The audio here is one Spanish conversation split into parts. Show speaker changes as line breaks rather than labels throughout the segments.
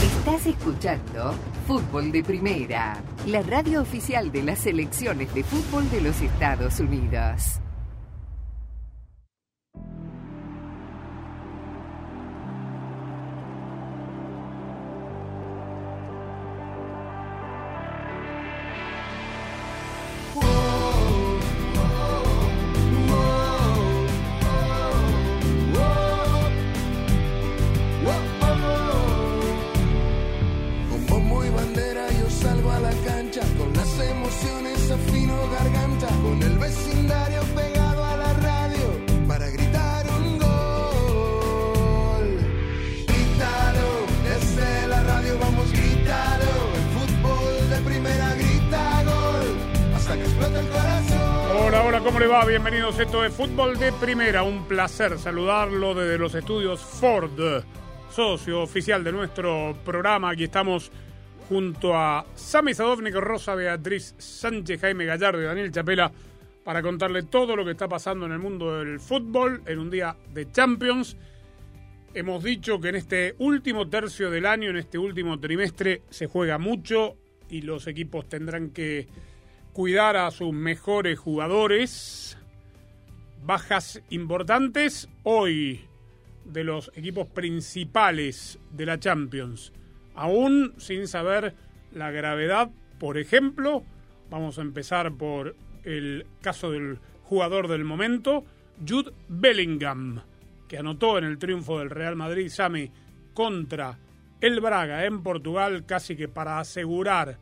Estás escuchando Fútbol de Primera, la radio oficial de las selecciones de fútbol de los Estados Unidos.
Con bombo y bandera yo salgo a la cancha, con las emociones afino garganta, con el vecindario pegado a la radio para gritar un gol. Grítalo, desde la radio vamos, grítalo, el fútbol de primera grita gol, hasta que explota el corazón.
Hola, hola, ¿cómo le va? Bienvenidos, esto es Fútbol de Primera. Un placer saludarlo desde los estudios Ford, socio oficial de nuestro programa. Aquí estamos junto a Sami Sadovnik, Rosa Beatriz Sánchez, Jaime Gallardo y Daniel Chapela para contarle todo lo que está pasando en el mundo del fútbol en un día de Champions. Hemos dicho que en este último tercio del año, en este último trimestre, se juega mucho y los equipos tendrán que cuidar a sus mejores jugadores. Bajas importantes hoy de los equipos principales de la Champions. Aún sin saber la gravedad, por ejemplo, vamos a empezar por el caso del jugador del momento, Jude Bellingham, que anotó en el triunfo del Real Madrid, Sami, contra el Braga en Portugal, casi que para asegurar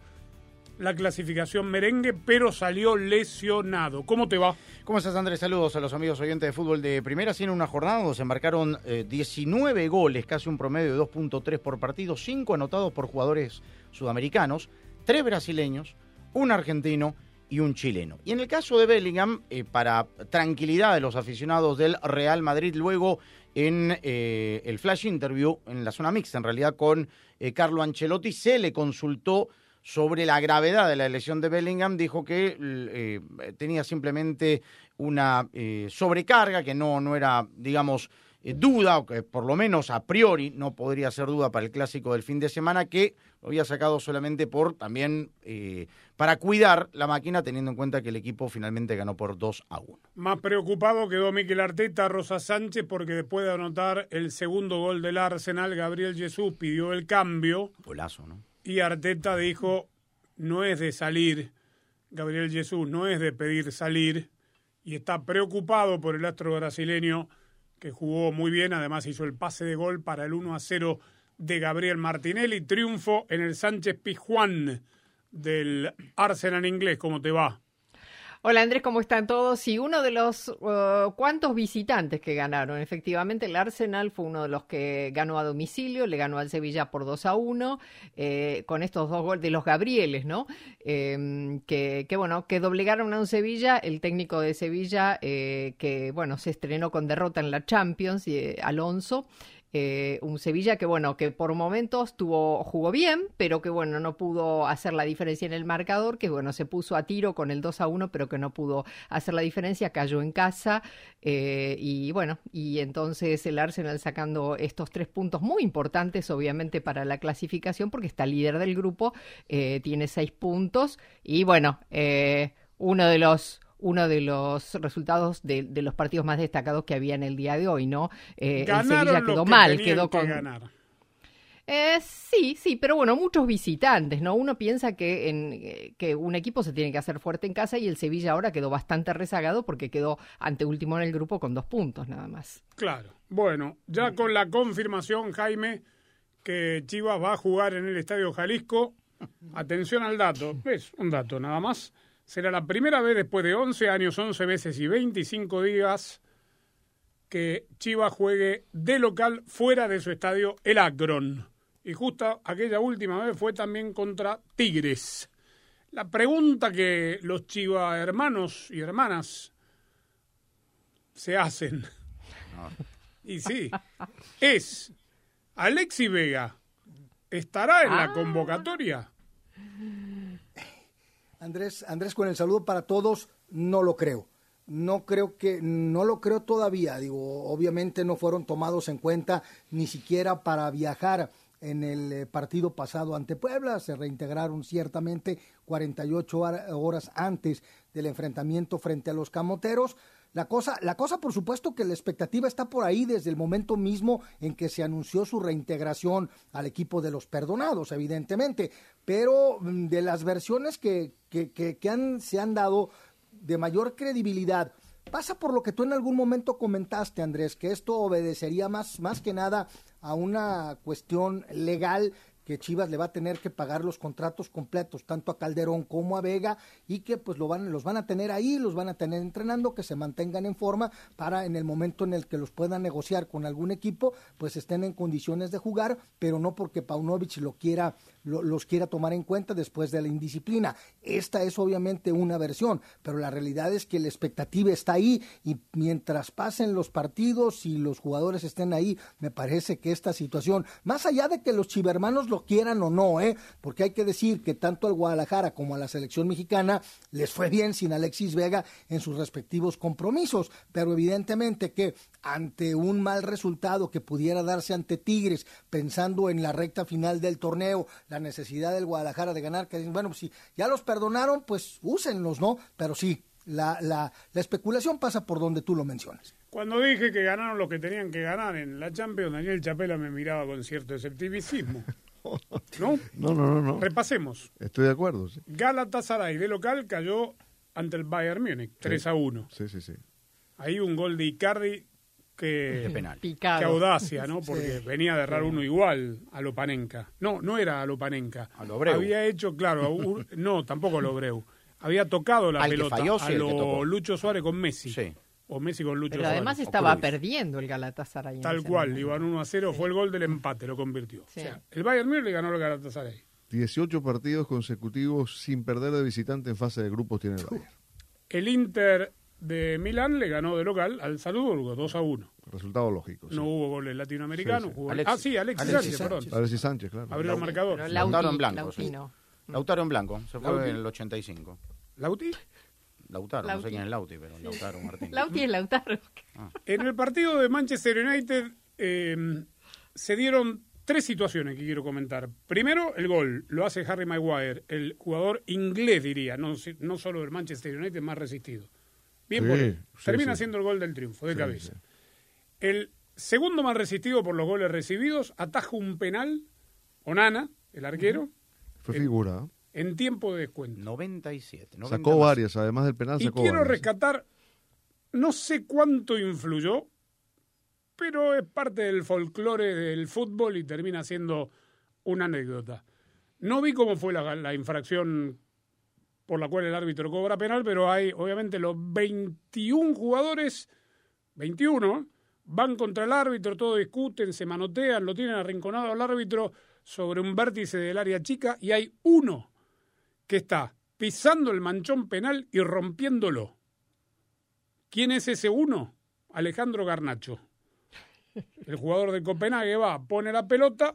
la clasificación merengue, pero salió lesionado. ¿Cómo te va?
¿Cómo estás, Andrés? Saludos a los amigos oyentes de fútbol de primera. Sí, en una jornada donde se marcaron eh, 19 goles, casi un promedio de 2.3 por partido, 5 anotados por jugadores sudamericanos, 3 brasileños, un argentino y un chileno. Y en el caso de Bellingham, eh, para tranquilidad de los aficionados del Real Madrid, luego en eh, el flash interview, en la zona mixta, en realidad con eh, Carlo Ancelotti, se le consultó sobre la gravedad de la lesión de Bellingham, dijo que eh, tenía simplemente una eh, sobrecarga, que no, no era, digamos, eh, duda, o que por lo menos a priori no podría ser duda para el clásico del fin de semana, que lo había sacado solamente por también eh, para cuidar la máquina, teniendo en cuenta que el equipo finalmente ganó por 2 a 1.
Más preocupado quedó Miquel Arteta, Rosa Sánchez, porque después de anotar el segundo gol del Arsenal, Gabriel Jesús pidió el cambio
Golazo, ¿no?
y Arteta dijo, no es de salir, Gabriel Jesús, no es de pedir salir, y está preocupado por el astro brasileño, que jugó muy bien, además hizo el pase de gol para el 1 a 0 de Gabriel Martinelli, triunfo en el Sánchez Pizjuán del Arsenal inglés, ¿cómo te va?
Hola Andrés, ¿cómo están todos? Y uno de los eh, cuantos visitantes que ganaron. Efectivamente, el Arsenal fue uno de los que ganó a domicilio, le ganó al Sevilla por 2 a 1, eh, con estos dos goles de los Gabrieles, ¿no? Eh, que, que, bueno, que doblegaron a un Sevilla, el técnico de Sevilla, eh, que bueno, se estrenó con derrota en la Champions, y, eh, Alonso. Eh, un Sevilla que bueno, que por momentos tuvo, jugó bien, pero que bueno, no pudo hacer la diferencia en el marcador, que bueno, se puso a tiro con el 2 a 1, pero que no pudo hacer la diferencia, cayó en casa, eh, y bueno, y entonces el Arsenal sacando estos tres puntos muy importantes, obviamente, para la clasificación, porque está líder del grupo, eh, tiene seis puntos, y bueno, eh, uno de los uno de los resultados de, de los partidos más destacados que había en el día de hoy, ¿no? Eh, el Sevilla
los
quedó
que
mal,
tenían
quedó
que
con
ganar.
eh, sí, sí, pero bueno, muchos visitantes, ¿no? Uno piensa que, en, eh, que un equipo se tiene que hacer fuerte en casa y el Sevilla ahora quedó bastante rezagado porque quedó anteúltimo en el grupo con dos puntos nada más.
Claro. Bueno, ya con la confirmación, Jaime, que Chivas va a jugar en el Estadio Jalisco. Atención al dato, es un dato nada más. Será la primera vez después de 11 años, 11 veces y 25 días que Chivas juegue de local fuera de su estadio El Akron. Y justo aquella última vez fue también contra Tigres. La pregunta que los Chivas hermanos y hermanas se hacen y sí. Es Alexi Vega. ¿Estará en la convocatoria?
Andrés, Andrés, con el saludo para todos, no lo creo. No creo que, no lo creo todavía. Digo, obviamente no fueron tomados en cuenta ni siquiera para viajar en el eh, partido pasado ante Puebla, se reintegraron ciertamente 48 hora- horas antes del enfrentamiento frente a los camoteros. La cosa, la cosa, por supuesto, que la expectativa está por ahí desde el momento mismo en que se anunció su reintegración al equipo de los perdonados, evidentemente. Pero mm, de las versiones que, que- que- que han, se han dado de mayor credibilidad, pasa por lo que tú en algún momento comentaste, Andrés, que esto obedecería más, más que nada a una cuestión legal que Chivas le va a tener que pagar los contratos completos, tanto a Calderón como a Vega, y que pues lo van, los van a tener ahí, los van a tener entrenando, que se mantengan en forma para en el momento en el que los puedan negociar con algún equipo, pues estén en condiciones de jugar, pero no porque Paunovic lo quiera, lo- los quiera tomar en cuenta después de la indisciplina. Esta es obviamente una versión, pero la realidad es que la expectativa está ahí y mientras pasen los partidos y los jugadores estén ahí, me parece que esta situación, más allá de que los chivermanos lo quieran o no, ¿eh? porque hay que decir que tanto al Guadalajara como a la selección mexicana les fue bien sin Alexis Vega en sus respectivos compromisos, pero evidentemente que ante un mal resultado que pudiera darse ante Tigres, pensando en la recta final del torneo, la necesidad del Guadalajara de ganar, que dicen, bueno, pues si ya los perdonaron, pues úsenlos, ¿no? Pero sí, la, la, la especulación pasa por donde tú lo mencionas.
Cuando dije que ganaron los que tenían que ganar en la Champions, Daniel Chapela me miraba con cierto escepticismo. ¿No?
No, no, no, no.
Repasemos.
Estoy de acuerdo, sí.
Galatasaray de local cayó ante el Bayern Múnich, 3 a 1.
Sí, sí, sí.
Ahí un gol de Icardi
de
que,
penal.
que
Picado.
audacia, ¿no? Porque venía de errar uno igual a Lopanenka. No, no era a Lopanenka.
A Lobreu.
Había hecho, claro, a un- no, tampoco a Lobreu. Había tocado la
Al que
pelota
falló, sí,
a
el que
lo
tocó.
Lucho Suárez con Messi.
Sí.
O Messi con Lucho
Pero
Suárez.
además
O
estaba
Cruz.
perdiendo el Galatasaray. en
Tal
ese
cual,
momento.
iban 1 a 0, fue el gol del empate, lo convirtió.
Sí.
O sea, el Bayern Múnich le ganó al Galatasaray.
18 partidos consecutivos sin perder de visitante en fase de grupos tiene el Bayern.
El Inter de Milán le ganó de local al Salzburgo 2 a 1.
Resultado lógico. sí.
No hubo goles latinoamericanos.
Sí, sí.
jugó-
Alexis.
ah, sí, Alexis,
Alexis
Sánchez, perdón.
Alexis Sánchez, claro.
Abrió el marcador.
Pero
Lautaro en blanco,
Lautino.
Lautaro en blanco, se fue
Lauti.
en el 85.
Lauti.
Lautaro, no sé
Lauti.
quién es Lauti, pero Lautaro Martín.
Lauti es Lautaro.
En el partido de Manchester United eh, se dieron tres situaciones que quiero comentar. Primero, el gol lo hace Harry Maguire, el jugador inglés, diría, no, si- no solo del Manchester United, más resistido. Bien
Sí,
por él.
sí,
Termina
sí.
siendo el gol del triunfo, de
Sí,
cabeza.
sí.
El segundo más resistido por los goles recibidos, ataja un penal, Onana, el arquero,
Fue figura. ¿eh?
en tiempo de descuento.
97. 90
Sacó
más.
varias, además del penal,
Y
sacó
quiero
varias.
rescatar, no sé cuánto influyó, pero es parte del folclore del fútbol y termina siendo una anécdota. No vi cómo fue la, la infracción por la cual el árbitro cobra penal, pero hay obviamente los 21 jugadores, 21, van contra el árbitro, todos discuten, se manotean, lo tienen arrinconado al árbitro sobre un vértice del área chica y hay uno que está pisando el manchón penal y rompiéndolo. ¿Quién es ese uno? Alejandro Garnacho. El jugador de Copenhague va, pone la pelota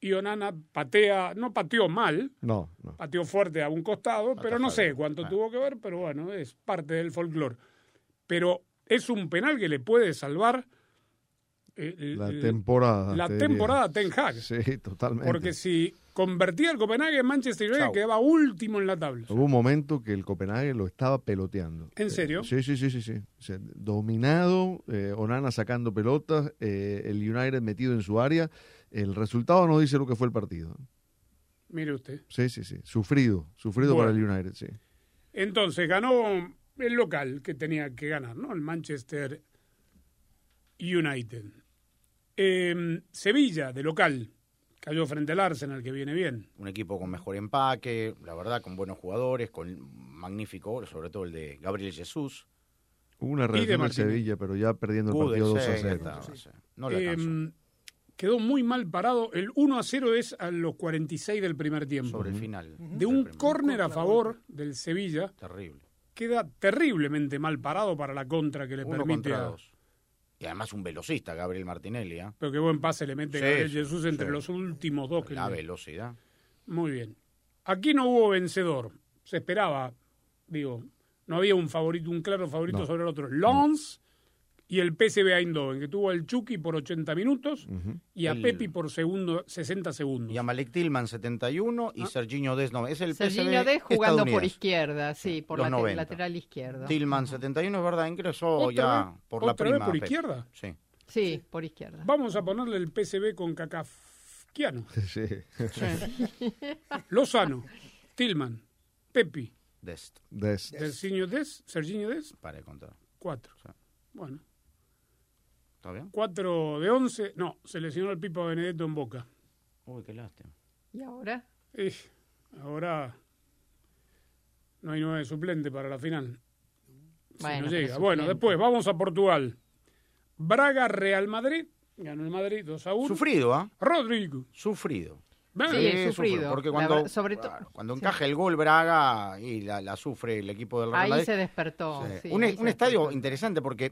y Onana patea, no pateó mal,
No, no.
pateó fuerte a un costado, pero no sé
Atajado.
cuánto
Ah.
tuvo que ver, pero bueno, es parte del folclore. Pero es un penal que le puede salvar eh,
La
el-
temporada.
la
te diría.
temporada Ten Hag.
Sí, totalmente.
porque si convertía el Copenhague en Manchester United
Chau.
quedaba último en la tabla.
Hubo un momento que el Copenhague lo estaba peloteando.
¿En
Eh,
serio?
sí, sí, sí, sí, sí. O sea, dominado, eh, Onana sacando pelotas, eh, el United metido en su área. El resultado no dice lo que fue el partido.
Mire usted.
Sí, sí, sí. Sufrido, sufrido
Bueno.
para el United, sí.
Entonces ganó el local que tenía que ganar, ¿no? El Manchester United. Eh, Sevilla, de local, cayó frente al Arsenal, que viene bien.
Un equipo con mejor empaque, la verdad, con buenos jugadores, con magnífico gol, sobre todo el de Gabriel Jesús.
Hubo una reacción en
Martínez.
Sevilla, pero ya perdiendo el partido 2 a
Gudel, sí,
0.
estaba, sí. No le alcanzó.
Eh, quedó muy mal parado. El 1 a 0 es a los 46 del primer tiempo.
sobre el final.
De un córner a favor del Sevilla,
Terrible.
queda terriblemente mal parado para la contra que le
Uno
permite
contra
a,
dos. Y además un velocista, Gabriel Martinelli, ¿ah?
Pero qué buen pase le mete
Sí,
Gabriel
sí,
Jesús entre
sí.
los últimos dos que
La
le-
velocidad.
Muy bien. Aquí no hubo vencedor. Se esperaba, digo, no había un favorito, un claro favorito
No.
sobre el otro. Lons y el PSV Eindhoven, que tuvo al Chucky por 80 minutos
Ujú.
y a
El-
Pepi por segundo, 60 segundos.
Y a Malek Tillman, 71, y Serginho Dest, no, es el
Ah. Serginho
PSV
Dest jugando por
estadounidense.
izquierda, sí, por
Los
late-
90.
lateral izquierdo.
Tillman, 71, es verdad, ingresó
¿Otra
ya
vez?
por la
¿Otra
prima.
vez por
Pep.
izquierda?
Sí.
Sí, por izquierda.
Vamos a ponerle el PSV con Cacafquiano,
Sí.
Lozano, Tillman, Pepi,
Dest,
Des.
Serginho Des, Serginho Des,
para de contar.
4.
Sí.
Bueno,
¿Está bien?
4 de 11. No, se lesionó el Pipa Benedetto en Boca.
Uy, qué lástima.
¿Y ahora?
Eh, ahora no hay nueve suplente para la final. Si
Bueno,
no
pero
llega. Bueno,
suplente.
después vamos a Portugal. Braga, Real Madrid. Ganó el Madrid 2 a 1.
Sufrido, ¿ah?
Rodrigo.
Sufrido.
Braga.
Sí, sufrido.
Porque
La
cuando,
ver- sobre to-
claro, cuando
sí.
encaja el gol Braga y la, la sufre el equipo del Real
Ahí
Madrid.
se despertó.
Sí.
sí,
un
ahí se
un estadio
despertó.
interesante porque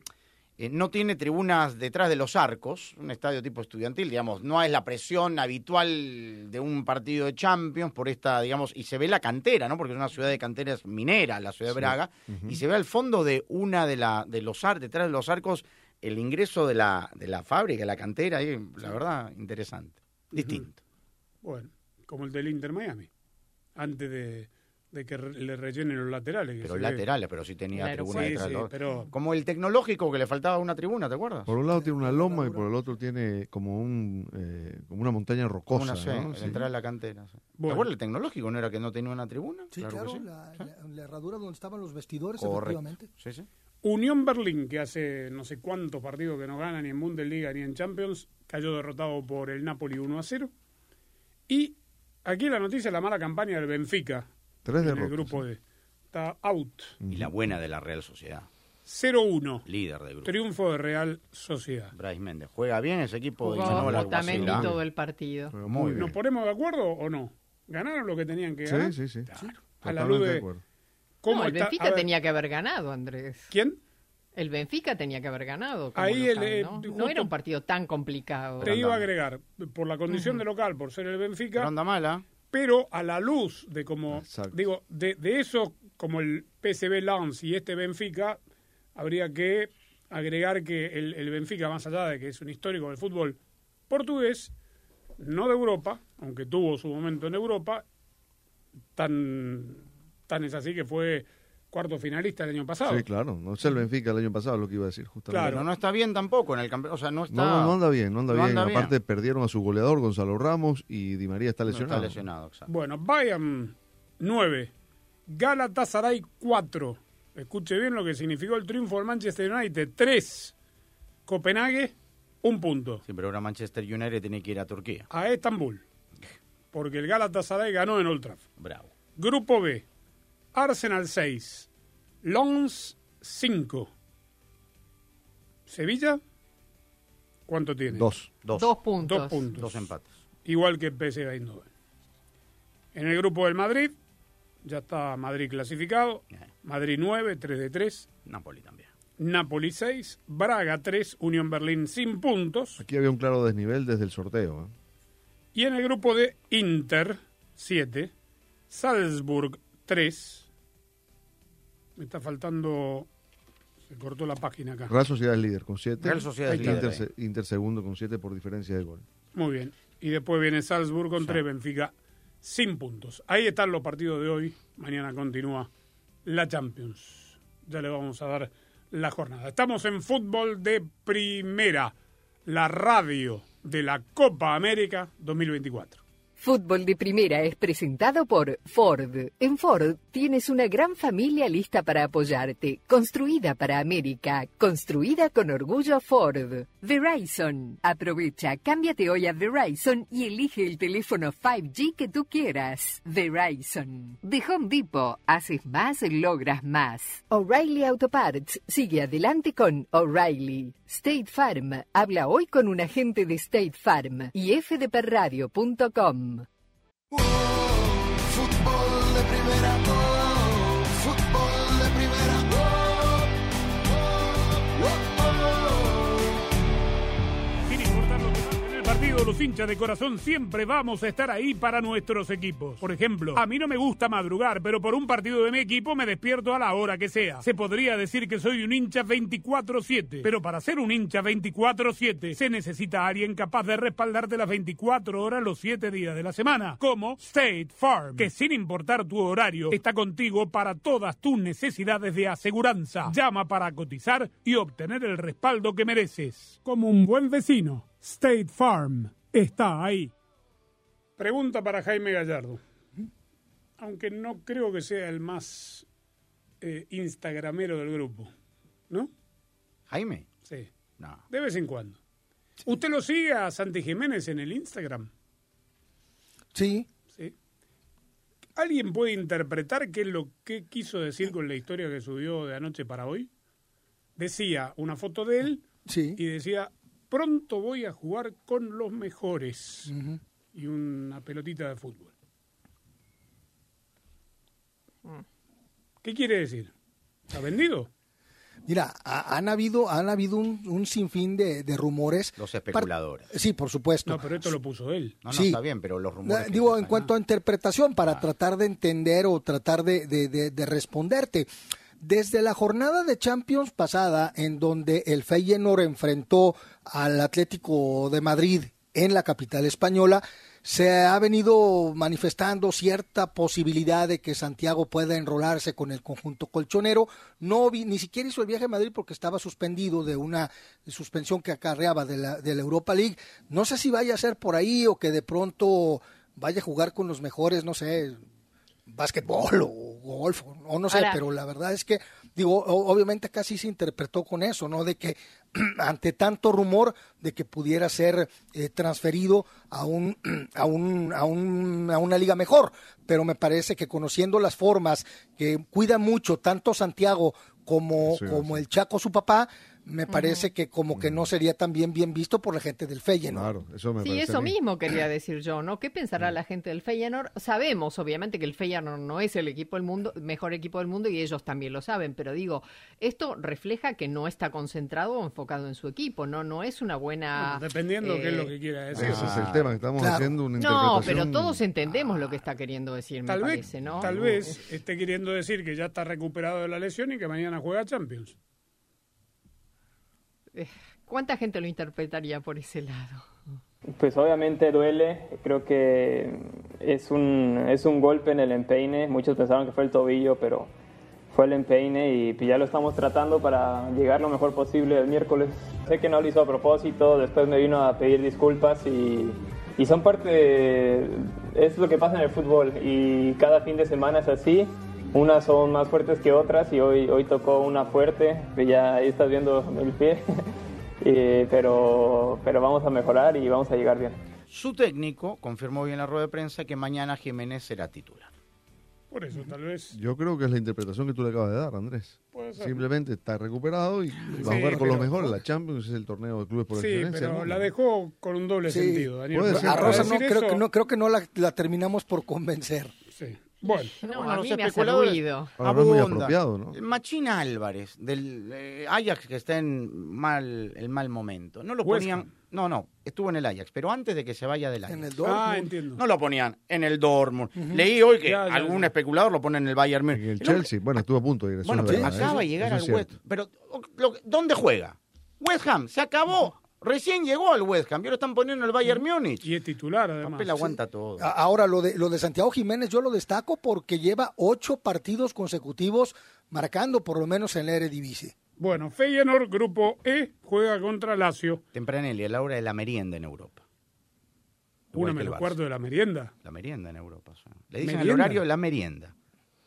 eh, no tiene tribunas detrás de los arcos, un estadio tipo estudiantil, digamos, no es la presión habitual de un partido de Champions por esta, digamos, y se ve la cantera, ¿no? Porque es una ciudad de canteras minera, la ciudad de Braga, y se ve al fondo de una de la de los arcos, detrás de los arcos, el ingreso de la de la fábrica, la cantera, ahí, la verdad, interesante, distinto.
Bueno, como el del Inter Miami. Antes de, de que re- le rellenen los laterales. que
Pero
se
laterales, pero sí tenía
Claro,
tribuna
sí,
ve-
detrás.
Sí,
de
sí,
los-
pero
Como el tecnológico que le faltaba una tribuna, ¿te acuerdas?
Por un lado tiene una loma y por el otro tiene como un eh, como una montaña
Como
rocosa.
una C,
¿no?
al
Sí.
entrar a la cantera. sí.
Bueno.
¿Te acuerdas el tecnológico? ¿No era que no tenía una tribuna?
Sí, claro,
que
La, la- la herradura donde estaban los vestidores,
Correcto.
efectivamente.
Sí, sí.
Unión Berlín, que hace no sé cuántos partidos que no gana ni en Bundesliga ni en Champions, cayó derrotado por el Napoli 1 a 0. Y aquí la noticia, la mala campaña del Benfica
Tres
en el
derrotas,
grupo D. Está out.
Y la buena de la Real Sociedad,
0-1.
líder del grupo.
Triunfo de Real Sociedad.
Bryce Méndez. Juega bien ese equipo de
Jugó
Imanol Alguacil,
Otamendi
¿ah?
todo el partido.
Pero
Muy
Muy
bien.
bien.
¿Nos ponemos de acuerdo o no? ¿Ganaron lo que tenían que ganar?
Sí, sí, sí.
Claro. A la luz
Totalmente de
de
acuerdo.
cómo
No, el
está-
Benfica
a ver,
tenía que haber ganado, Andrés.
¿Quién?
El Benfica tenía que haber ganado. como
Ahí
local,
el, eh,
¿no?
justo-
No era un partido tan complicado.
Te iba a
Brandão.
agregar, por la condición de local, por ser el Benfica,
Pero anda mala.
pero a la luz de como
Exacto.
digo de, de eso como el PSV Lens y este Benfica habría que agregar que el, el Benfica más allá de que es un histórico del fútbol portugués no de Europa aunque tuvo su momento en Europa tan tan es así que fue cuarto finalista el año pasado
Sí, claro. No sé el Benfica el año pasado lo que iba a decir, justamente.
Claro.
Pero no está bien tampoco en el campeonato. O sea, no está.
No, no, no anda bien, no anda
No
bien.
anda bien.
Aparte perdieron a su goleador Gonzalo Ramos y Di María está
No
lesionado.
Está lesionado, exacto.
bueno Bayern 9 Galatasaray 4 escuche bien lo que significó el triunfo del Manchester United 3 Copenhague un punto
Sí, pero ahora Manchester United tiene que ir a Turquía.
a Estambul, porque el Galatasaray ganó en Old Trafford.
Bravo.
Grupo B, Arsenal 6, Lons 5. ¿Sevilla? ¿Cuánto tiene?
Dos.
Dos.
Dos puntos.
Dos puntos.
Dos empates.
Igual que PSV Eindhoven. En el grupo del Madrid, ya está Madrid clasificado.
Bien.
Madrid 9, 3 de 3.
Napoli también.
Napoli 6, Braga 3, Unión Berlín sin puntos.
Aquí había un claro desnivel desde el sorteo. ¿eh?
Y en el grupo de Inter, 7, Salzburg, 3. Me está faltando. Se cortó la página acá.
Real Sociedad es líder con siete.
Real Sociedad es
Inter,
líder, eh.
se- Inter segundo con siete por diferencia de gol.
Muy bien. Y después viene Salzburg con 3, Benfica, sin puntos. Ahí están los partidos de hoy. Mañana continúa la Champions. Ya le vamos a dar la jornada. Estamos en fútbol de primera. La radio de la Copa América 2024.
Fútbol de Primera es presentado por Ford. En Ford tienes una gran familia lista para apoyarte, construida para América, construida con orgullo Ford. Verizon. Aprovecha, cámbiate hoy a Verizon y elige el teléfono 5G que tú quieras. Verizon. De Home Depot, haces más, logras más. O'Reilly Auto Parts sigue adelante con O'Reilly. State Farm. Habla hoy con un agente de State Farm y fdperradio.com.
Fútbol de primera, oh, fútbol de primera, oh, oh, oh.
Sin importar lo que pase en el partido. partido, los hinchas de corazón siempre vamos a estar ahí para nuestros equipos. Por ejemplo, a mí no me gusta madrugar, pero por un partido de mi equipo me despierto a la hora que sea. Se podría decir que soy un hincha 24-7, pero para ser un hincha 24-7 se necesita alguien capaz de respaldarte las 24 horas los 7 días de la semana, como State Farm, que sin importar tu horario está contigo para todas tus necesidades de aseguranza. Llama para cotizar y obtener el respaldo que mereces. Como un buen vecino, State Farm está ahí. Pregunta para Jaime Gallardo. Aunque no creo que sea el más eh, instagramero del grupo, ¿no?
Jaime.
Sí.
No.
De vez en cuando. ¿Usted lo sigue a Santi Jiménez en el Instagram?
Sí,
Sí. ¿Alguien puede interpretar qué es lo que quiso decir con la historia que subió de anoche para hoy? Decía una foto de él
sí.
y decía, pronto voy a jugar con los mejores.
Ujú.
Y una pelotita de fútbol.
Mm.
¿Qué quiere decir? ¿Está vendido?
Mira, ha- han habido, han habido un, un sinfín de, de rumores.
Los
Par-
especuladores.
Sí, por supuesto.
No, pero esto lo puso él.
No, no,
Sí.
está bien, pero los rumores.
Eh,
que
Digo,
se
en
sacan-
cuanto a interpretación, para
Ah.
tratar de entender o tratar de, de- de- de responderte. Desde la jornada de Champions pasada, en donde el Feyenoord enfrentó al Atlético de Madrid en la capital española, se ha venido manifestando cierta posibilidad de que Santiago pueda enrolarse con el conjunto colchonero. No vi- ni siquiera hizo el viaje a Madrid porque estaba suspendido de una suspensión que acarreaba de la, de la Europa League. No sé si vaya a ser por ahí o que de pronto vaya a jugar con los mejores, no sé, básquetbol o golf, o- o no sé,
Ahora-
pero la verdad es que, digo, o- obviamente casi se interpretó con eso, ¿no? De que ante tanto rumor de que pudiera ser eh, transferido a, un, a, un, a, un- a una liga mejor, pero me parece que conociendo las formas que cuida mucho tanto Santiago como,
Sí,
como
sí.
el Chaco, su papá, me parece que como que no sería tan bien, bien visto por la gente del Feyenoord.
Claro, eso me
Sí,
parece
eso
a mí.
mismo quería decir yo, ¿no? ¿Qué
Mm.
pensará la gente del Feyenoord? Sabemos, obviamente, que el Feyenoord no es el equipo del mundo, mejor equipo del mundo y ellos también lo saben, pero digo, esto refleja que no está concentrado o enfocado en su equipo, ¿no? No es una buena...
Bueno, dependiendo
eh, ah,
qué es lo que quiera decir.
Ese es el tema, que estamos
Claro.
haciendo una
No,
interpretación.
pero todos entendemos lo que está queriendo decir, me
Tal vez,
parece, ¿no? Uh,
tal vez esté queriendo decir que ya está recuperado de la lesión y que mañana juega Champions.
¿Cuánta gente lo interpretaría por ese lado?
Pues obviamente duele, creo que es un, es un golpe en el empeine, muchos pensaron que fue el tobillo, pero fue el empeine y pues ya lo estamos tratando para llegar lo mejor posible el miércoles. Sé que no lo hizo a propósito, después me vino a pedir disculpas y, y son parte, de- es lo que pasa en el fútbol y cada fin de semana es así, unas son más fuertes que otras y hoy, hoy tocó una fuerte, que ya ahí estás viendo el pie. Eh, pero, pero vamos a mejorar y vamos a llegar bien.
Su técnico confirmó hoy en la rueda de prensa que mañana Jiménez será titular.
Por eso, tal vez.
Yo creo que es la interpretación que tú le acabas de dar, Andrés.
Puede ser.
Simplemente está recuperado y va a
Sí,
jugar con los
pero-
mejores. La Champions es el torneo de clubes por
Sí,
excelencia.
pero
¿no?
la dejó con un doble
Sí.
sentido, Daniel.
Puede
Porque
ser.
A
para
Rosa no
decir
creo,
eso-
que, no creo que no la, la terminamos por convencer.
Sí. Bueno,
No,
Bueno,
a
los
mí me hace
especuladores
ruido.
Ahora no Ah, es muy
abundan.
apropiado, ¿no?
El Machín Álvarez, del eh, Ajax que está en mal, el mal momento. No lo
Huesca.
ponían. No, no, estuvo en el Ajax, pero antes de que se vaya del Ajax.
En el
ah,
Dortmund.
entiendo.
No lo ponían en el Dortmund. Leí hoy que
Ya, ya,
algún
ya.
especulador lo pone en el Bayern Múnich.
En el
hombre-
Chelsea, bueno, estuvo a punto de ir. eso
Bueno,
es
pero
verdad,
acaba de
eso-
llegar
eso es
al West
cierto.
Pero, o- lo- ¿dónde juega? West Ham, se acabó. Recién llegó al West Ham, y ahora están poniendo el Bayern Múnich.
Y es titular, además.
Papel aguanta todo.
Ah,
A- Ahora, lo de, lo de Santiago Jiménez yo lo destaco porque lleva ocho partidos consecutivos marcando por lo menos en la Eredivisie.
Bueno, Feyenoord, grupo E, juega contra Lazio.
Tempranelli, a la hora de la merienda en Europa.
Una
Igual que el
menos
Barça.
cuarto de la merienda.
La merienda en Europa. o sea. Le dicen el
¿Merienda?
horario de la merienda.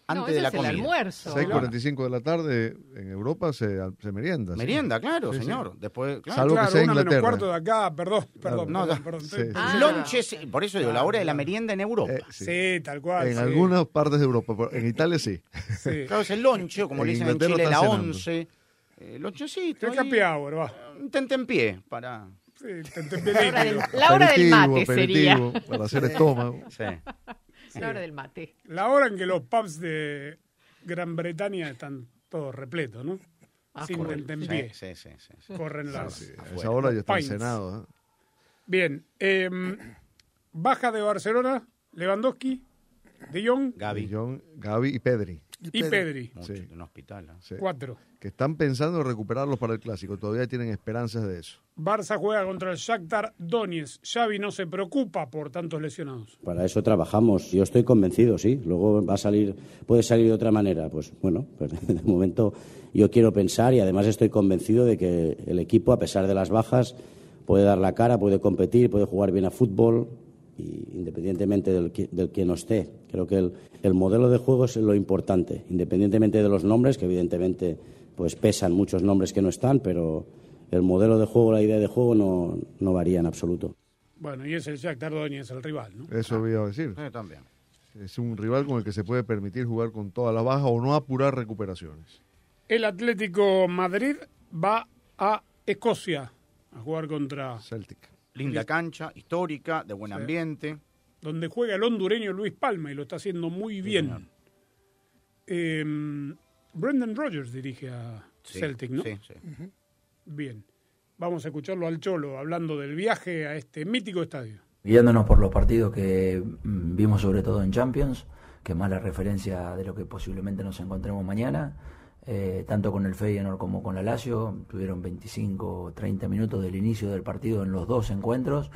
Antes
no, ese
de la
es
comida.
el almuerzo.
6.45 de la tarde en Europa se, se merienda. ¿sí?
Merienda, claro,
Sí, sí.
señor. Después, claro.
Salvo que
claro,
sea
una menos
Inglaterra.
cuarto de acá, perdón, perdón,
No,
perdón,
no.
perdón.
Sí,
Estoy-
sí.
Ah.
Lonches, por eso digo, la hora de la merienda en Europa.
Eh,
sí.
sí.
tal cual.
En
sí,
algunas partes de Europa, pero en Italia sí.
sí.
Claro, es el lonche, o como
En
le dicen en
Inglaterra
Chile, la
están cenando.
11. Eh, lonchecito.
El
ahí,
happy hour, va.
Un tentempié para...
Sí, te- te-
La hora del,
peligro.
la hora del
Aperitivo,
mate
aperitivo,
sería.
Para hacer estómago.
Sí.
La hora del mate.
La hora en que los pubs de Gran Bretaña están todos repletos, ¿no? Sin
Ah, Correcto.
tentempié.
Sí, sí, sí, sí, sí.
Corren las...
Esa hora ya está
Pints.
cenado. ¿eh?
Bien. eh, baja de Barcelona, Lewandowski, De Jong
Gaby.
John, Gaby y Pedri,
y Pedri.
Mucho,
Sí.
de un hospital. ¿eh?
sí,
Cuatro.
que están pensando en recuperarlos para el clásico. Todavía tienen esperanzas de eso.
Barça juega contra el Shakhtar Donetsk. Xavi no se preocupa por tantos lesionados.
Para eso trabajamos. Yo estoy convencido, sí. Luego va a salir, puede salir de otra manera. Pues bueno, pues, de momento yo quiero pensar y además estoy convencido de que el equipo, a pesar de las bajas, puede dar la cara, puede competir, puede jugar bien a fútbol, y independientemente del, qui- del quien no esté. Creo que el, el modelo de juego es lo importante, independientemente de los nombres, que evidentemente pues pesan muchos nombres que no están, pero el modelo de juego, la idea de juego no, no varía en absoluto.
Bueno, y es el Shakhtar Donetsk el rival, ¿no?
Eso voy a decir.
Sí, también.
Es un rival con el que se puede permitir jugar con toda la baja o no apurar recuperaciones.
El Atlético Madrid va a Escocia a jugar contra
Celtic.
Linda cancha, histórica, de buen ambiente.
donde juega el hondureño Luis Palma y lo está haciendo muy bien. Eh, Brendan Rogers dirige a
Sí,
Celtic, ¿no?
Sí, sí.
Bien. Vamos a escucharlo al Cholo hablando del viaje a este mítico estadio.
guiándonos por los partidos que mm, vimos sobre todo en Champions, que es más la referencia de lo que posiblemente nos encontremos mañana, eh, tanto con el Feyenoord como con la Lazio, tuvieron 25 o 30 minutos del inicio del partido en los dos encuentros,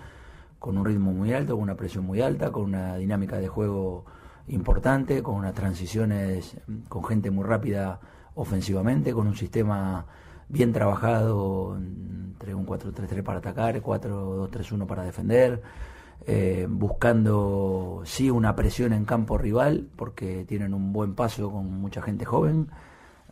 con un ritmo muy alto, con una presión muy alta, con una dinámica de juego importante, con unas transiciones, mm, con gente muy rápida ofensivamente, con un sistema bien trabajado, mm, entre un 4-3-3 para atacar, 4-2-3-1 para defender, eh, buscando sí una presión en campo rival, porque tienen un buen paso con mucha gente joven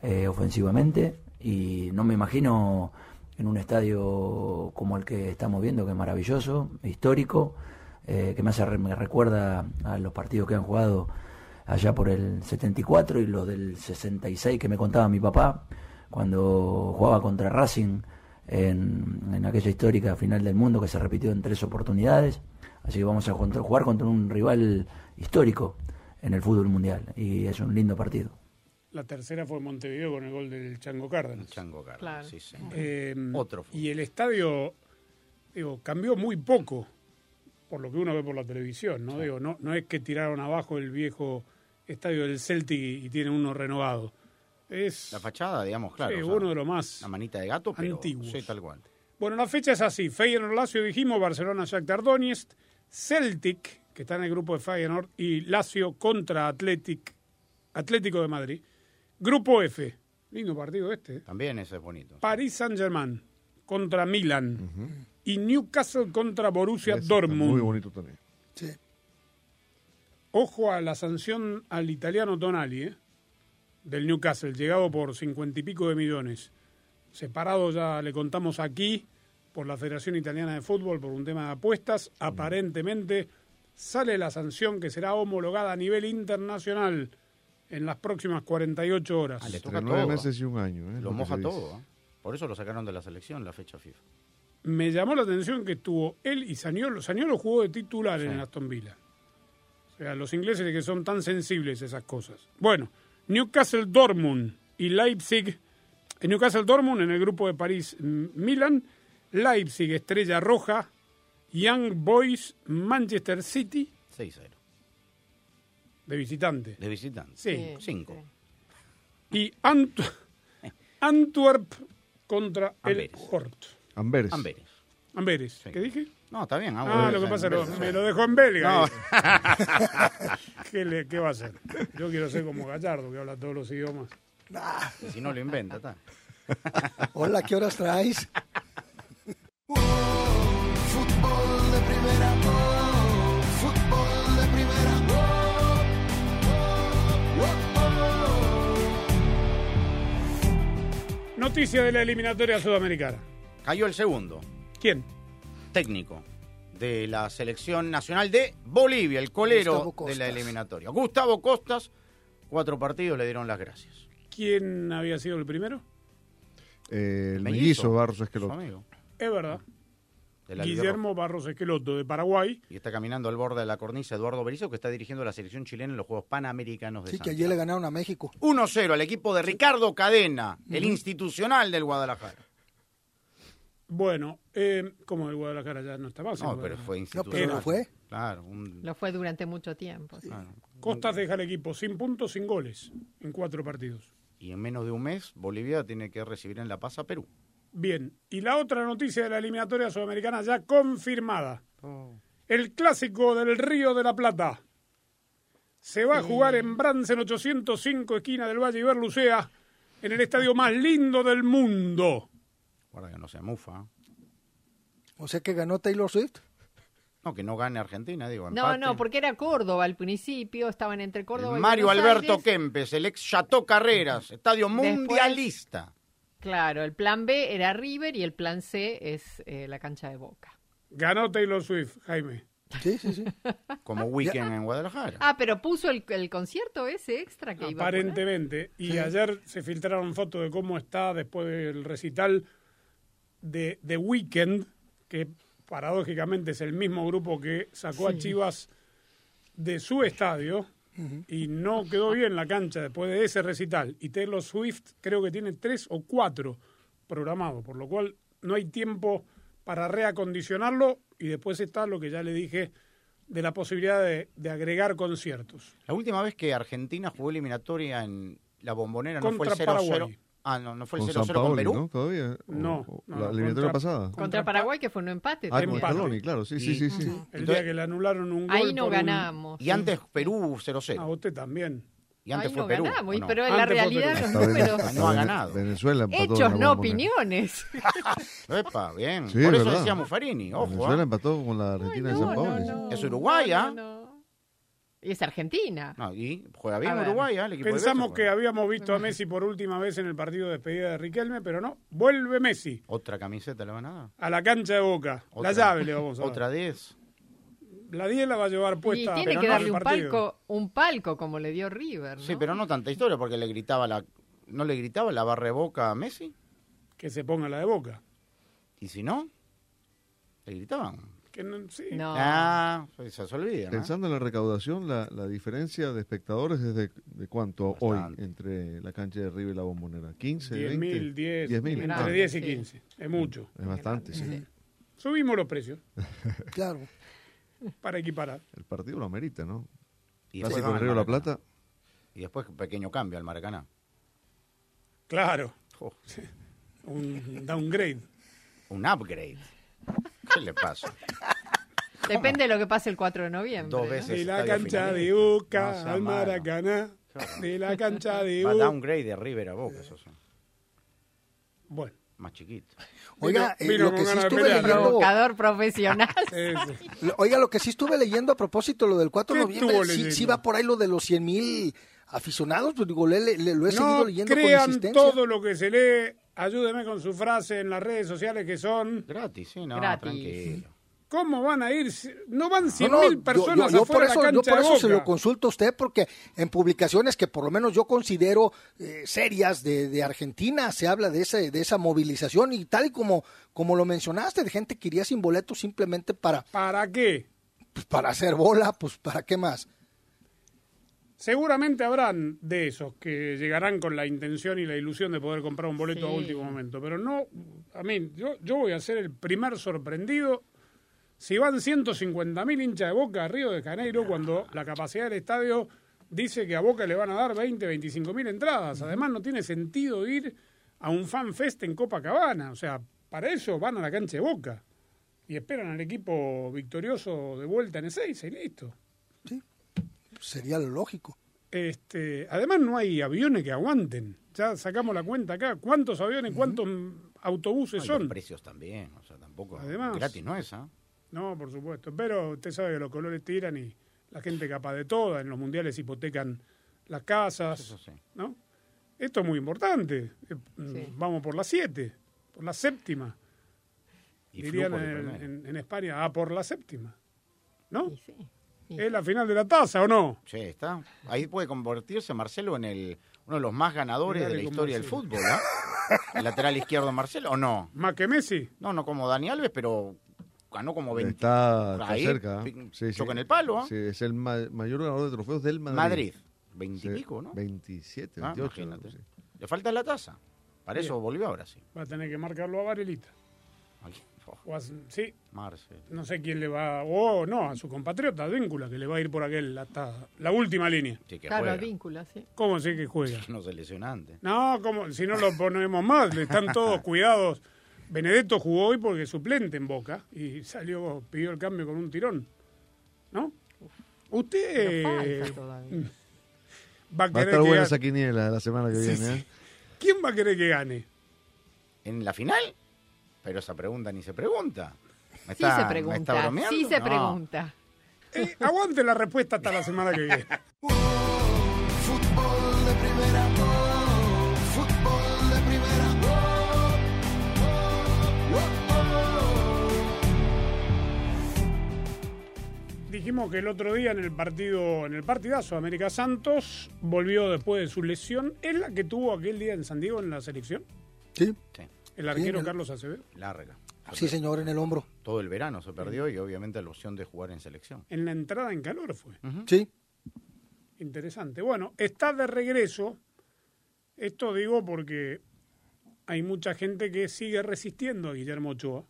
eh, ofensivamente, y no me imagino en un estadio como el que estamos viendo, que es maravilloso, histórico, eh, que me, hace, me recuerda a los partidos que han jugado allá por el 74 y los del 66 que me contaba mi papá cuando jugaba contra Racing en, en aquella histórica final del mundo que se repitió en tres oportunidades. Así que vamos a junt- jugar contra un rival histórico en el fútbol mundial y es un lindo partido.
La tercera fue en Montevideo con el gol del Chango
El
Cárdenas.
Chango Garra,
Claro.
sí, sí.
Eh,
Otro fue.
Y el estadio, digo, cambió muy poco, por lo que uno ve por la televisión, ¿no? Digo, no, no es que tiraron abajo el viejo estadio del Celtic y, y tiene uno renovado. Es
La fachada, digamos, claro.
sí,
o sea,
uno de los más.
Una manita de gato, pero
Antiguos.
sí, tal cual.
Bueno, la fecha es así. Feyenoord Lazio dijimos, Barcelona Shakhtar Donetsk, Celtic, que está en el grupo de Feyenoord, y Lazio contra Athletic, Atlético de Madrid. Grupo F. Lindo partido este. ¿eh?
También ese es bonito.
París Saint-Germain contra Milan y Newcastle contra Borussia
Ese está
Dortmund.
Muy bonito también.
Sí.
Ojo a la sanción al italiano Tonali, ¿eh? del Newcastle, llegado por cincuenta y pico de millones. Separado ya le contamos aquí por la Federación Italiana de Fútbol por un tema de apuestas. Aparentemente sale la sanción que será homologada a nivel internacional en las próximas 48 horas.
Ah, le toca
Entre nueve
todo.
meses y un año. ¿eh?
Lo
que
moja
se dice.
todo. ¿eh? Por eso lo sacaron de la selección la fecha FIFA.
Me llamó la atención que estuvo él y Saniolo. Saniolo jugó de titular en
Sí.
el Aston Villa. O sea, los ingleses que son tan sensibles a esas cosas. Bueno, Newcastle Dortmund y Leipzig. En Newcastle Dortmund, en el grupo de París M- Milan, Leipzig Estrella Roja, Young Boys Manchester City
6-0.
de visitante.
De visitante.
Sí.
Cinco.
Y Antu- Antwerp contra el
Amberes.
Hort.
Amberes.
Amberes.
Amberes.
Sí.
¿Qué dije?
No, está bien.
Ah, lo que pasa es que me lo dejó en Belga. ¿Qué, le- qué va a hacer? Yo quiero ser como Gallardo, que habla todos los idiomas.
Si no lo inventa, está.
Hola, ¿qué horas traes?
Fútbol de primera, oh, fútbol de primera, oh, oh, oh.
Noticia de la eliminatoria sudamericana.
Cayó el segundo.
¿Quién?
técnico de la selección nacional de Bolivia, el colero
Gustavo
de
Costas.
la eliminatoria. Gustavo Costas, cuatro partidos le dieron las gracias.
¿Quién había sido el primero?
Eh, el mellizo Barros
su
Esqueloto.
amigo,
Es verdad.
de la
Guillermo Barros Esqueloto, de Paraguay.
Liga Roja. Y está caminando al borde de la cornisa Eduardo Berizzo, que está dirigiendo la selección chilena en los Juegos Panamericanos de
Sí, que
Santiago.
ayer le ganaron a México.
1-0 al equipo de Ricardo Cadena, el institucional del Guadalajara.
Bueno, eh, como el Guadalajara ya no está ¿eh? mal.
No,
sino-
pero fue
No,
institucional.
pero no fue.
Claro, un-
Lo fue durante mucho tiempo. sí.
claro.
Costas deja el equipo sin puntos, sin goles en cuatro partidos.
Y en menos de un mes, Bolivia tiene que recibir en La Paz a Perú.
Bien, y la otra noticia de la eliminatoria sudamericana ya confirmada.
Oh.
El clásico del Río de la Plata. Se va a
Mm.
jugar en Bransen 805, esquina del Valle Iberlucea, en el estadio más lindo del mundo.
Guarda que no sea mufa. ¿eh?
O sea que ganó Taylor Swift.
No, que no gane Argentina, digo.
No,
empate.
no, porque era Córdoba al principio, estaban entre Córdoba
El
y
Mario
Buenos
Alberto
Aires.
Kempes, el ex Chateau Carreras, estadio
Después-
mundialista.
Claro, el plan B era River y el plan C es eh, la cancha de Boca.
Ganó Taylor Swift, Jaime.
Sí, sí, sí.
Como weekend en Guadalajara.
Ah, pero puso el, el concierto ese extra que iba a poner.
Aparentemente. Y ayer se filtraron fotos de cómo está después del recital de The Weeknd, que paradójicamente es el mismo grupo que sacó a Chivas de su estadio y no quedó bien la cancha después de ese recital. Y Taylor Swift creo que tiene tres o cuatro programados, por lo cual no hay tiempo para reacondicionarlo. Y después está lo que ya le dije de la posibilidad de- de agregar conciertos.
La última vez que Argentina jugó eliminatoria en la bombonera no fue el
Contra
0-0.
Paraguay.
Ah, no, no fue el
Con
0-0
San
con
Paoli,
Perú.
¿no? Todavía. ¿O-
No,
o la
no, no,
eliminatoria
contra-
pasada.
Contra Paraguay, que fue un
Ah,
empate.
con
también.
Empate.
Scaloni, claro. Sí, sí,
Y-
sí. sí.
El
Entonces-
día que le anularon un gol.
Ahí no
por un-
ganamos.
Y antes Perú 0-0.
A usted también.
Y antes
Ahí
fue
no
Perú.
ganamos,
¿o
y-
no?
pero en
Antes
la
fue
realidad
Perú.
los
Hasta Vene-
números...
hasta
No ha
Vene-
ganado.
Venezuela empató. en
Hechos,
la
no
bombonera.
opiniones.
Ah, Epa, bien.
Sí,
Por
es
eso
verdad.
decía Muffarini, ojo.
Venezuela
¿eh?
empató con la Argentina de San
No, no,
Paoli.
no.
Es Uruguay, ¿ah?
No, no. Y es Argentina. Ah,
No, y juega bien
A ver.
Uruguay, ¿eh? El equipo de
Pensamos
Beto,
que
bueno.
habíamos visto a Messi por última vez en el partido de despedida de Riquelme, pero no. Vuelve Messi
Otra camiseta le van a dar.
a la cancha de Boca.
Otra.
La llave le vamos a dar.
Otra 10.
La 10 la va a llevar
Y
puesta.
tiene
pero
que
no
darle
al
un
partido.
palco, un palco como le dio River, ¿no?
Sí, pero no tanta historia porque le gritaba la no le gritaba la barre boca a Messi
Que se ponga la de Boca.
y si no le gritaban.
Que no- sí.
No.
Ah, se se olvida. ¿no?
Pensando en la recaudación, la, la diferencia de espectadores es de, de cuánto
Bastante.
hoy entre la cancha de River y la bombonera. 15,
10
20,
mil, 10.
10.000.
Grande,
Ah,
Entre 10 y
sí.
15. Es mucho.
Es bastante, sí.
Subimos los precios
Claro.
para equiparar.
El partido lo amerita, ¿no?
Y después
Clásico
van
con
al
Río de la
Maracaná.
Plata.
Y después pequeño cambio al Maracaná.
Claro.
Oh,
Un downgrade.
un upgrade. ¿Qué le pasa?
Depende de lo que pase el 4 de noviembre.
Dos
¿no?
veces.
De la
estadio
cancha de
finalista. No
Boca
sea
al
malo.
Maracaná. De la cancha de
Va a
Boca.
downgrade de River a Boca, eso sí.
Bueno.
Más chiquito.
Oiga, eh,
vino
lo que
con
sí
ganas de
estuve
pelear, ¿no?
leyendo,
Provocador profesional.
sí, sí.
lo- oiga, lo que sí estuve leyendo a propósito, lo del 4 de
¿Qué estuvo
noviembre, sí,
leyendo?
sí va por ahí lo de los 100 mil aficionados, pues digo, le- le- le- lo he seguido
no
leyendo con
crean
insistencia.
todo lo que se lee. Ayúdeme con su frase en las redes sociales que son
Gratis, sí, no,
Gratis.
tranquilo.
¿Cómo van a ir? si- No van 100.000
No, no, yo-
personas
yo, yo por
afuera de
eso,
la
yo
cancha
por
de
eso se lo
Boca.
consulto a usted, porque en publicaciones que por lo menos yo considero eh, serias de, de Argentina se habla de, ese, de esa movilización y tal y como, como lo mencionaste, de gente que iría sin boletos simplemente para,
¿Para qué?
pues, para hacer bola, pues para qué más.
Seguramente habrán de esos que llegarán con la intención y la ilusión de poder comprar un boleto a
Sí.
último momento. Pero no, a mí, yo, yo voy a ser el primer sorprendido. Si van 150.000 hinchas de Boca a Río de Janeiro, cuando la capacidad del estadio dice que a Boca le van a dar 20, 25.000 entradas. Además, no tiene sentido ir a un fan fest en Copacabana. O sea, para eso van a la cancha de Boca y esperan al equipo victorioso de vuelta en Ezeiza y listo.
Sería lo lógico.
Este, además no hay aviones que aguanten. Ya sacamos la cuenta acá. ¿Cuántos aviones, cuántos mm, autobuses
No, y los
son?
precios también, o sea, tampoco.
Además.
gratis no es, ¿ah?
No, por supuesto. Pero usted sabe que los colores tiran y la gente capaz de toda. En los mundiales hipotecan las
Eso
casas,
sí.
¿no? Esto es muy importante. Eh, mm,
Sí.
Vamos por la siete, por la séptima.
Y flu
dirían
por el
en,
primero.
en- en España, ah, por la séptima. ¿No?
Y sí. Y-
¿Es la final de la taza o no?
Sí, está. Ahí puede convertirse Marcelo en el uno de los más ganadores
Mirale
de la
cómo
historia del
sí.
fútbol, ¿ah? El lateral izquierdo Marcelo, ¿o no?
¿Más que Messi?
No, no como Dani Alves, pero ganó como 20.
Está, está
Ahí,
cerca.
pi-
¿eh? Sí, sí.
choca en el palo, ¿ah?
Sí, es el ma- mayor ganador de trofeos del Madrid.
Madrid, 20
Sí,
y pico, ¿no?
27,
Ah,
28. algo
imagínate.
así.
Le falta la taza. Para eso volvió ahora sí.
Va a tener que marcarlo a Varelita.
Aquí, oh,
O a- sí,
Marcel.
no sé quién le va. O no, a su compatriota, Víncula, que le va a ir por aquel hasta la última línea.
Sí, que
Claro,
juega.
vínculos, sí.
¿Cómo sé que juega?
No se lesionante.
No, como si no lo ponemos más, le están todos cuidados. Benedetto jugó hoy porque es suplente en Boca y salió, pidió el cambio con un tirón. ¿No? Usted
Pero
eh,
falta todavía.
va a
Va a
querer
estar
que
buena
gane.
esa quiniela la semana que
Sí,
viene.
sí.
¿eh?
¿Quién va a querer que gane?
¿En la final? Pero esa pregunta ni se pregunta. ¿Me
Sí
está-
se
me está
pregunta,
bromeando?
sí se
No.
pregunta.
Eh, aguante la respuesta hasta la semana que viene.
Fútbol de primera, oh, fútbol de primera, oh, oh, oh.
Dijimos que el otro día en el partido, en el partidazo, América Santos volvió después de su lesión. ¿Es la que tuvo aquel día en San Diego en la selección?
Sí,
Sí,
El arquero
el-
Carlos Acevedo.
larga.
sí, señor, en el hombro.
Todo el verano se perdió y obviamente la opción de jugar en selección.
En la entrada en calor fue.
Sí.
Interesante. Bueno, está de regreso. Esto digo porque hay mucha gente que sigue resistiendo a Guillermo Ochoa.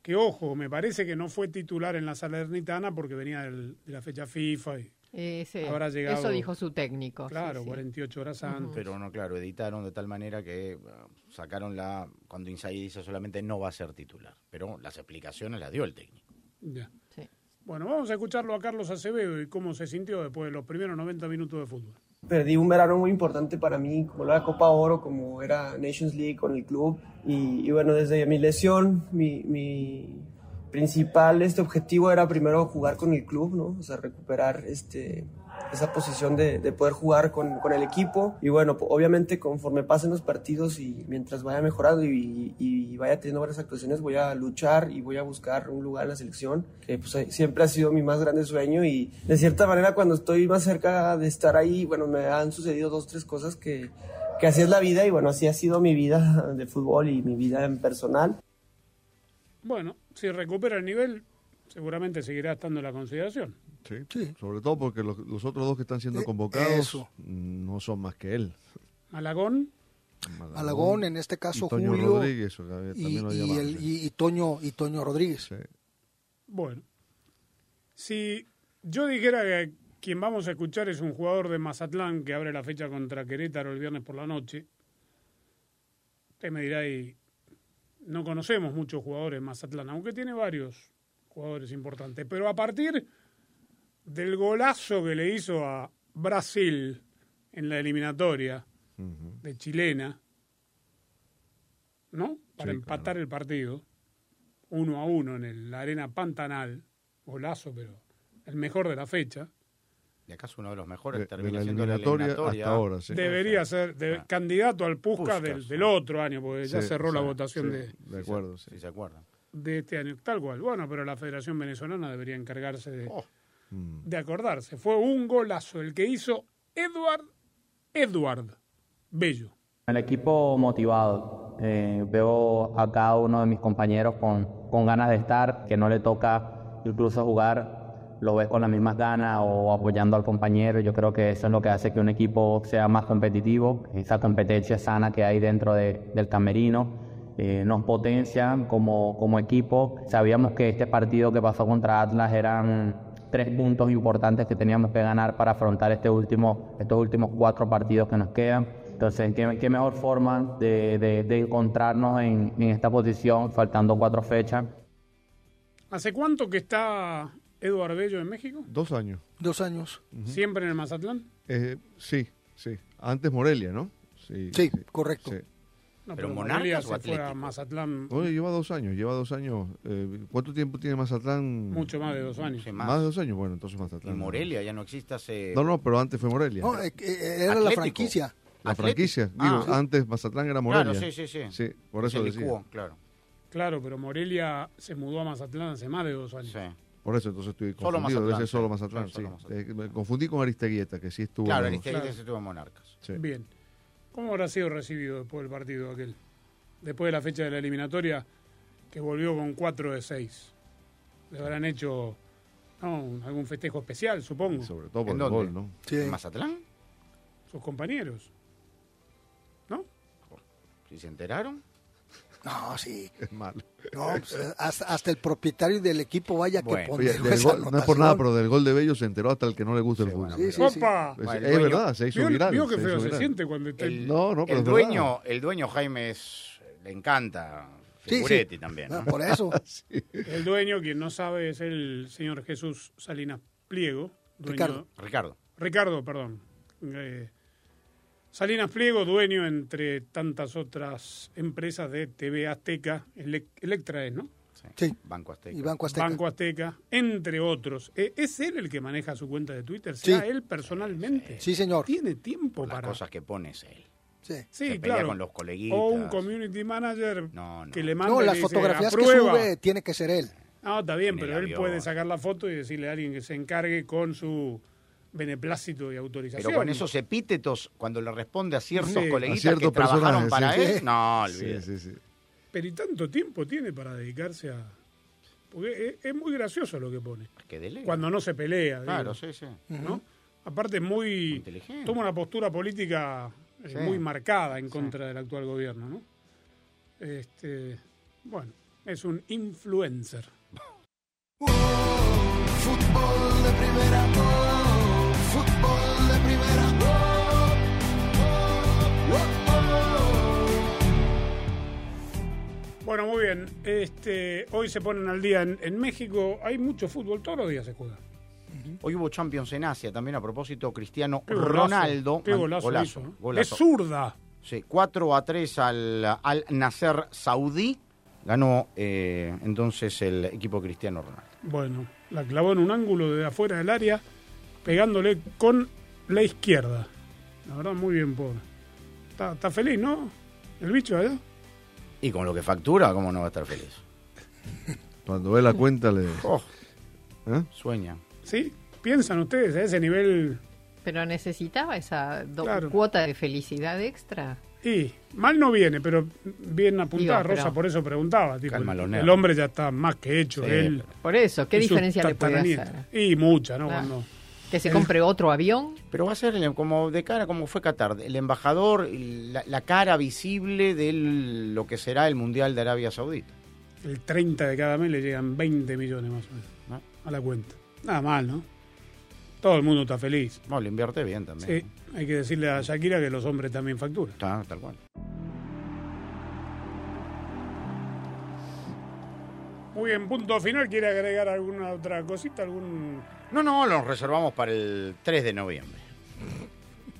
Que ojo, me parece que no fue titular en la Salernitana porque venía del- de la fecha FIFA. y-
Eh, sí,
Habrá llegado-
Eso dijo su técnico. sí,
claro,
sí.
48 horas antes.
Pero no, claro, editaron de tal manera que eh, sacaron la. Cuando Insay dice solamente no va a ser titular. Pero las explicaciones las dio el técnico.
Ya.
Sí.
Bueno, vamos a escucharlo a Carlos Acevedo y cómo se sintió después de los primeros 90 minutos de fútbol.
Perdí un verano muy importante para mí, como la Copa Oro, como era Nations League con el club. Y, y bueno, desde mi lesión, mi, mi principal este objetivo era primero jugar con el club, ¿no? O sea, recuperar este, esa posición de, de poder jugar con, con el equipo. Y bueno, po- obviamente conforme pasen los partidos y mientras vaya mejorando y, y vaya teniendo varias actuaciones, voy a luchar y voy a buscar un lugar en la selección, que pues, eh, siempre ha sido mi más grande sueño. Y de cierta manera, cuando estoy más cerca de estar ahí, bueno, me han sucedido dos, tres cosas que, que así es la vida. Y bueno, así ha sido mi vida de fútbol y mi vida en personal.
Bueno, si recupera el nivel, seguramente seguirá estando en la consideración.
Sí.
Sí.
Sobre todo porque los, los otros dos que están siendo
Eh,
convocados
eso.
no son más que él.
Malagón,
Alagón, en este caso
y Toño
Julio
Rodríguez, o que había-
y,
también lo
y
llamaban,
el-
sí.
y- y Toño, y Toño Rodríguez.
Sí.
Bueno, si yo dijera que quien vamos a escuchar es un jugador de Mazatlán que abre la fecha contra Querétaro el viernes por la noche, usted me dirá, y no conocemos muchos jugadores de Mazatlán, aunque tiene varios jugadores importantes, pero a partir del golazo que le hizo a Brasil en la eliminatoria
Ujú.
de Chilena, ¿no? Para
Sí,
empatar el partido, uno a uno en el- la arena Pantanal, golazo, pero el mejor de la fecha,
Y acaso uno de los mejores
De, de
termina
la
siendo la
eliminatoria
eliminatoria.
hasta ahora. Sí. Ah.
debería ser de- candidato al Pusca
Puskás,
del, del
sí.
otro año, porque ya
Sí,
cerró la
sí,
votación
sí,
de,
De acuerdo, sí.
Si se acuerdan.
de este año, tal cual. Bueno, pero la Federación Venezolana debería encargarse de,
Oh.
Mm.
de acordarse. Fue un golazo el que hizo Edward, Edward Bello.
El equipo motivado. Eh, veo a cada uno de mis compañeros con, con ganas de estar, que no le toca incluso jugar, lo ves con las mismas ganas o apoyando al compañero. Yo creo que eso es lo que hace que un equipo sea más competitivo, esa competencia sana que hay dentro de- del camerino. eh, nos potencian como, como equipo. Sabíamos que este partido que pasó contra Atlas eran tres puntos importantes que teníamos que ganar para afrontar este último, estos últimos cuatro partidos que nos quedan. Entonces, ¿qué, qué mejor forma de, de- de encontrarnos en, en esta posición faltando cuatro fechas?
¿Hace cuánto que está Edward Bello en México?
Dos años.
Dos años.
¿Siempre en el Mazatlán?
Eh, sí, sí. Antes Morelia, ¿no? Sí,
Sí, correcto.
sí.
No,
¿Pero
Morelia
Monarcas
se
o
fue a
Atlético?
Mazatlán
Oye, lleva dos años, lleva dos años. Eh, ¿Cuánto tiempo tiene Mazatlán?
mucho más de dos años.
Sí,
Más.
más.
de dos años, bueno, entonces
Y
Mazatlán.
Morelia ya no existe hace.
No, no, pero antes fue Morelia.
No, eh, eh, era la
Atlético.
franquicia.
la
Atlético.
franquicia.
Ah,
Digo,
sí.
antes Mazatlán era Morelia.
Claro, sí, sí, sí.
Sí, por eso
Se
decía.
licuó, claro.
Claro, pero Morelia se mudó a Mazatlán hace más de dos años.
Sí.
Por eso entonces estoy
Solo
confundido.
Mazatlán,
Debe ser solo
sí.
Mazatlán,
Sí,
sí.
solo Mazatlán.
Eh, me confundí con Aristeguieta, que sí estuvo.
Claro,
en-
Aristegui
Claro.
se estuvo en Monarcas.
sí.
Bien. ¿Cómo habrá sido recibido después del partido aquel? Después de la fecha de la eliminatoria, que volvió con 4 de 6. Le habrán hecho no, algún festejo especial, supongo,
Sobre todo por
¿En
el
dónde?
gol, ¿no?
Sí.
¿En Mazatlán?
sus compañeros.
¿Si se enteraron?
No, sí.
Es malo.
No, pues, hasta, hasta el propietario del equipo vaya que
Bueno,
pone
Oye, del gol- no es por nada, pero del gol de Bello se enteró hasta el que no le gusta el fútbol.
Sí, sí, sí.
¡Opa!
Es,
Bueno, el
es
dueño-
verdad, se hizo
Vio-
viral.
vio que
se
feo
hizo
se
viral.
siente cuando te-
El-
No, no, pero
el
es
dueño, el dueño Jaime es, le encanta
Sí,
Figuretti
sí.
también.
Ah,
¿no?
Por eso.
El dueño, quien no sabe, es el señor Jesús Salinas Pliego. dueño-
Ricardo.
Ricardo.
Ricardo, perdón. Eh, Salinas Pliego, dueño entre tantas otras empresas de TV Azteca, Ele- Electra es, ¿no?
Sí.
Banco Azteca.
Y Banco Azteca.
Banco Azteca, entre otros. Eh, ¿Es él el que maneja su cuenta de Twitter?
Sí.
¿Será él personalmente?
Sí, señor.
¿Tiene tiempo
Las
para...?
cosas que pones él.
Sí.
Sí,
se pelea
claro.
con los coleguitas.
o un community manager
No, no.
que le manda
No,
y
las
le dice,
fotografías que
"Aprueba".
sube tiene que ser él.
No, está bien,
En
pero
el
él
avión.
puede sacar la foto y decirle a alguien que se encargue con su beneplácito y autorización.
Pero con esos epítetos, cuando le responde a ciertos
Sí.
coleguitas
A ciertos
que trabajaron
personajes,
para
sí.
él, no,
Sí,
olvídate.
sí, sí.
Pero ¿y tanto tiempo tiene para dedicarse a...? Porque e-, es, es muy gracioso lo que pone.
Que delega.
Cuando no se pelea. digo,
Claro, sí, sí.
¿no? Aparte es muy...
Inteligente.
Toma una postura política eh,
Sí.
muy marcada en contra del actual gobierno, ¿no? Este, bueno, es un influencer.
Fútbol de primera, oh, fútbol de primera, oh, oh, oh, oh.
Bueno, muy bien. Este, hoy se ponen al día en, en México. Hay mucho fútbol, todos los días se juega.
Hoy hubo Champions en Asia también, a propósito, Cristiano
Qué golazo,
Ronaldo.
Qué
man-
golazo,
golazo,
hizo, ¿no?
golazo.
Es zurda.
Sí, 4 a 3 al, al Nasser Saudí. Ganó eh, entonces el equipo Cristiano Ronaldo.
Bueno, la clavó en un ángulo de afuera del área, pegándole con la izquierda. La verdad, muy bien, pobre. Está, está feliz, ¿no? El bicho ¿eh? allá.
Y con lo que factura, ¿cómo no va a estar feliz?
Cuando ve la cuenta le...
Oh,
¿Eh?
sueña.
¿Sí? ¿Piensan ustedes a ese nivel?
Pero necesitaba esa do-
Claro.
cuota de felicidad extra.
Y mal no viene, pero bien apuntada
Digo, pero-
Rosa, por eso preguntaba. tipo,
Calma los
el,
nervios.
el hombre ya está más que hecho.
Sí,
él,
Por eso, ¿qué
y su
diferencia le puede
tataranieto.
hacer?
Y mucha, ¿no?
Claro.
Cuando-
¿Que se compre otro avión?
Pero va a ser el- como de cara, como fue Qatar, el embajador, la, la cara visible de lo que será el Mundial de Arabia Saudita.
El 30 de cada mes le llegan 20 millones más o menos
¿no?
a la cuenta. Nada mal, ¿no? Todo el mundo está feliz.
No, lo invierte bien también.
Sí, hay que decirle a Shakira que los hombres también facturan.
Está, tal cual.
Muy bien, punto final. ¿Quiere agregar alguna otra cosita? ¿Algún.?
No, no, lo reservamos para el 3 de noviembre.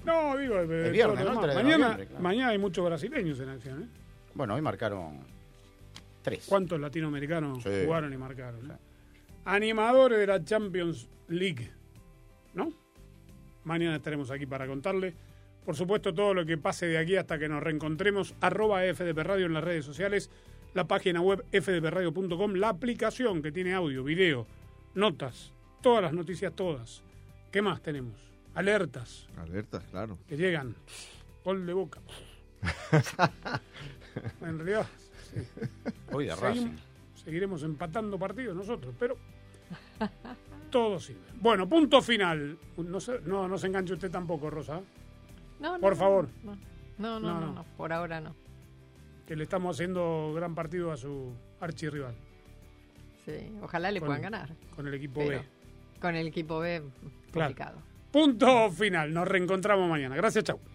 No, digo, eh,
viernes,
todo lo
¿no?
demás.
Tres de
Mañana,
noviembre, claro.
mañana hay muchos brasileños en acción. ¿eh?
Bueno, hoy marcaron 3.
¿Cuántos latinoamericanos
Sí.
jugaron y marcaron? eh? Animadores de la Champions League. ¿No? Mañana estaremos aquí para contarle. Por supuesto, todo lo que pase de aquí hasta que nos reencontremos. Arroba FDP Radio en las redes sociales. La página web fdpradio.com. La aplicación que tiene audio, video, notas. Todas las noticias, todas. ¿Qué más tenemos? Alertas
Alerta, claro.
que llegan. Gol de boca. en realidad,
Hoy de
Seguim-
Racing.
seguiremos empatando partidos nosotros, pero todo sirve. Bueno, punto final. No se, no, no se enganche usted tampoco, Rosa,
No, no,
Por
no,
favor.
No no no,
No,
no,
no.
no, por ahora no.
que le estamos haciendo gran partido a su archirrival
Sí, ojalá le
Con-
puedan ganar.
con el equipo
Pero
B.
con el equipo B, complicado.
Punto final. Nos reencontramos mañana. Gracias, chau.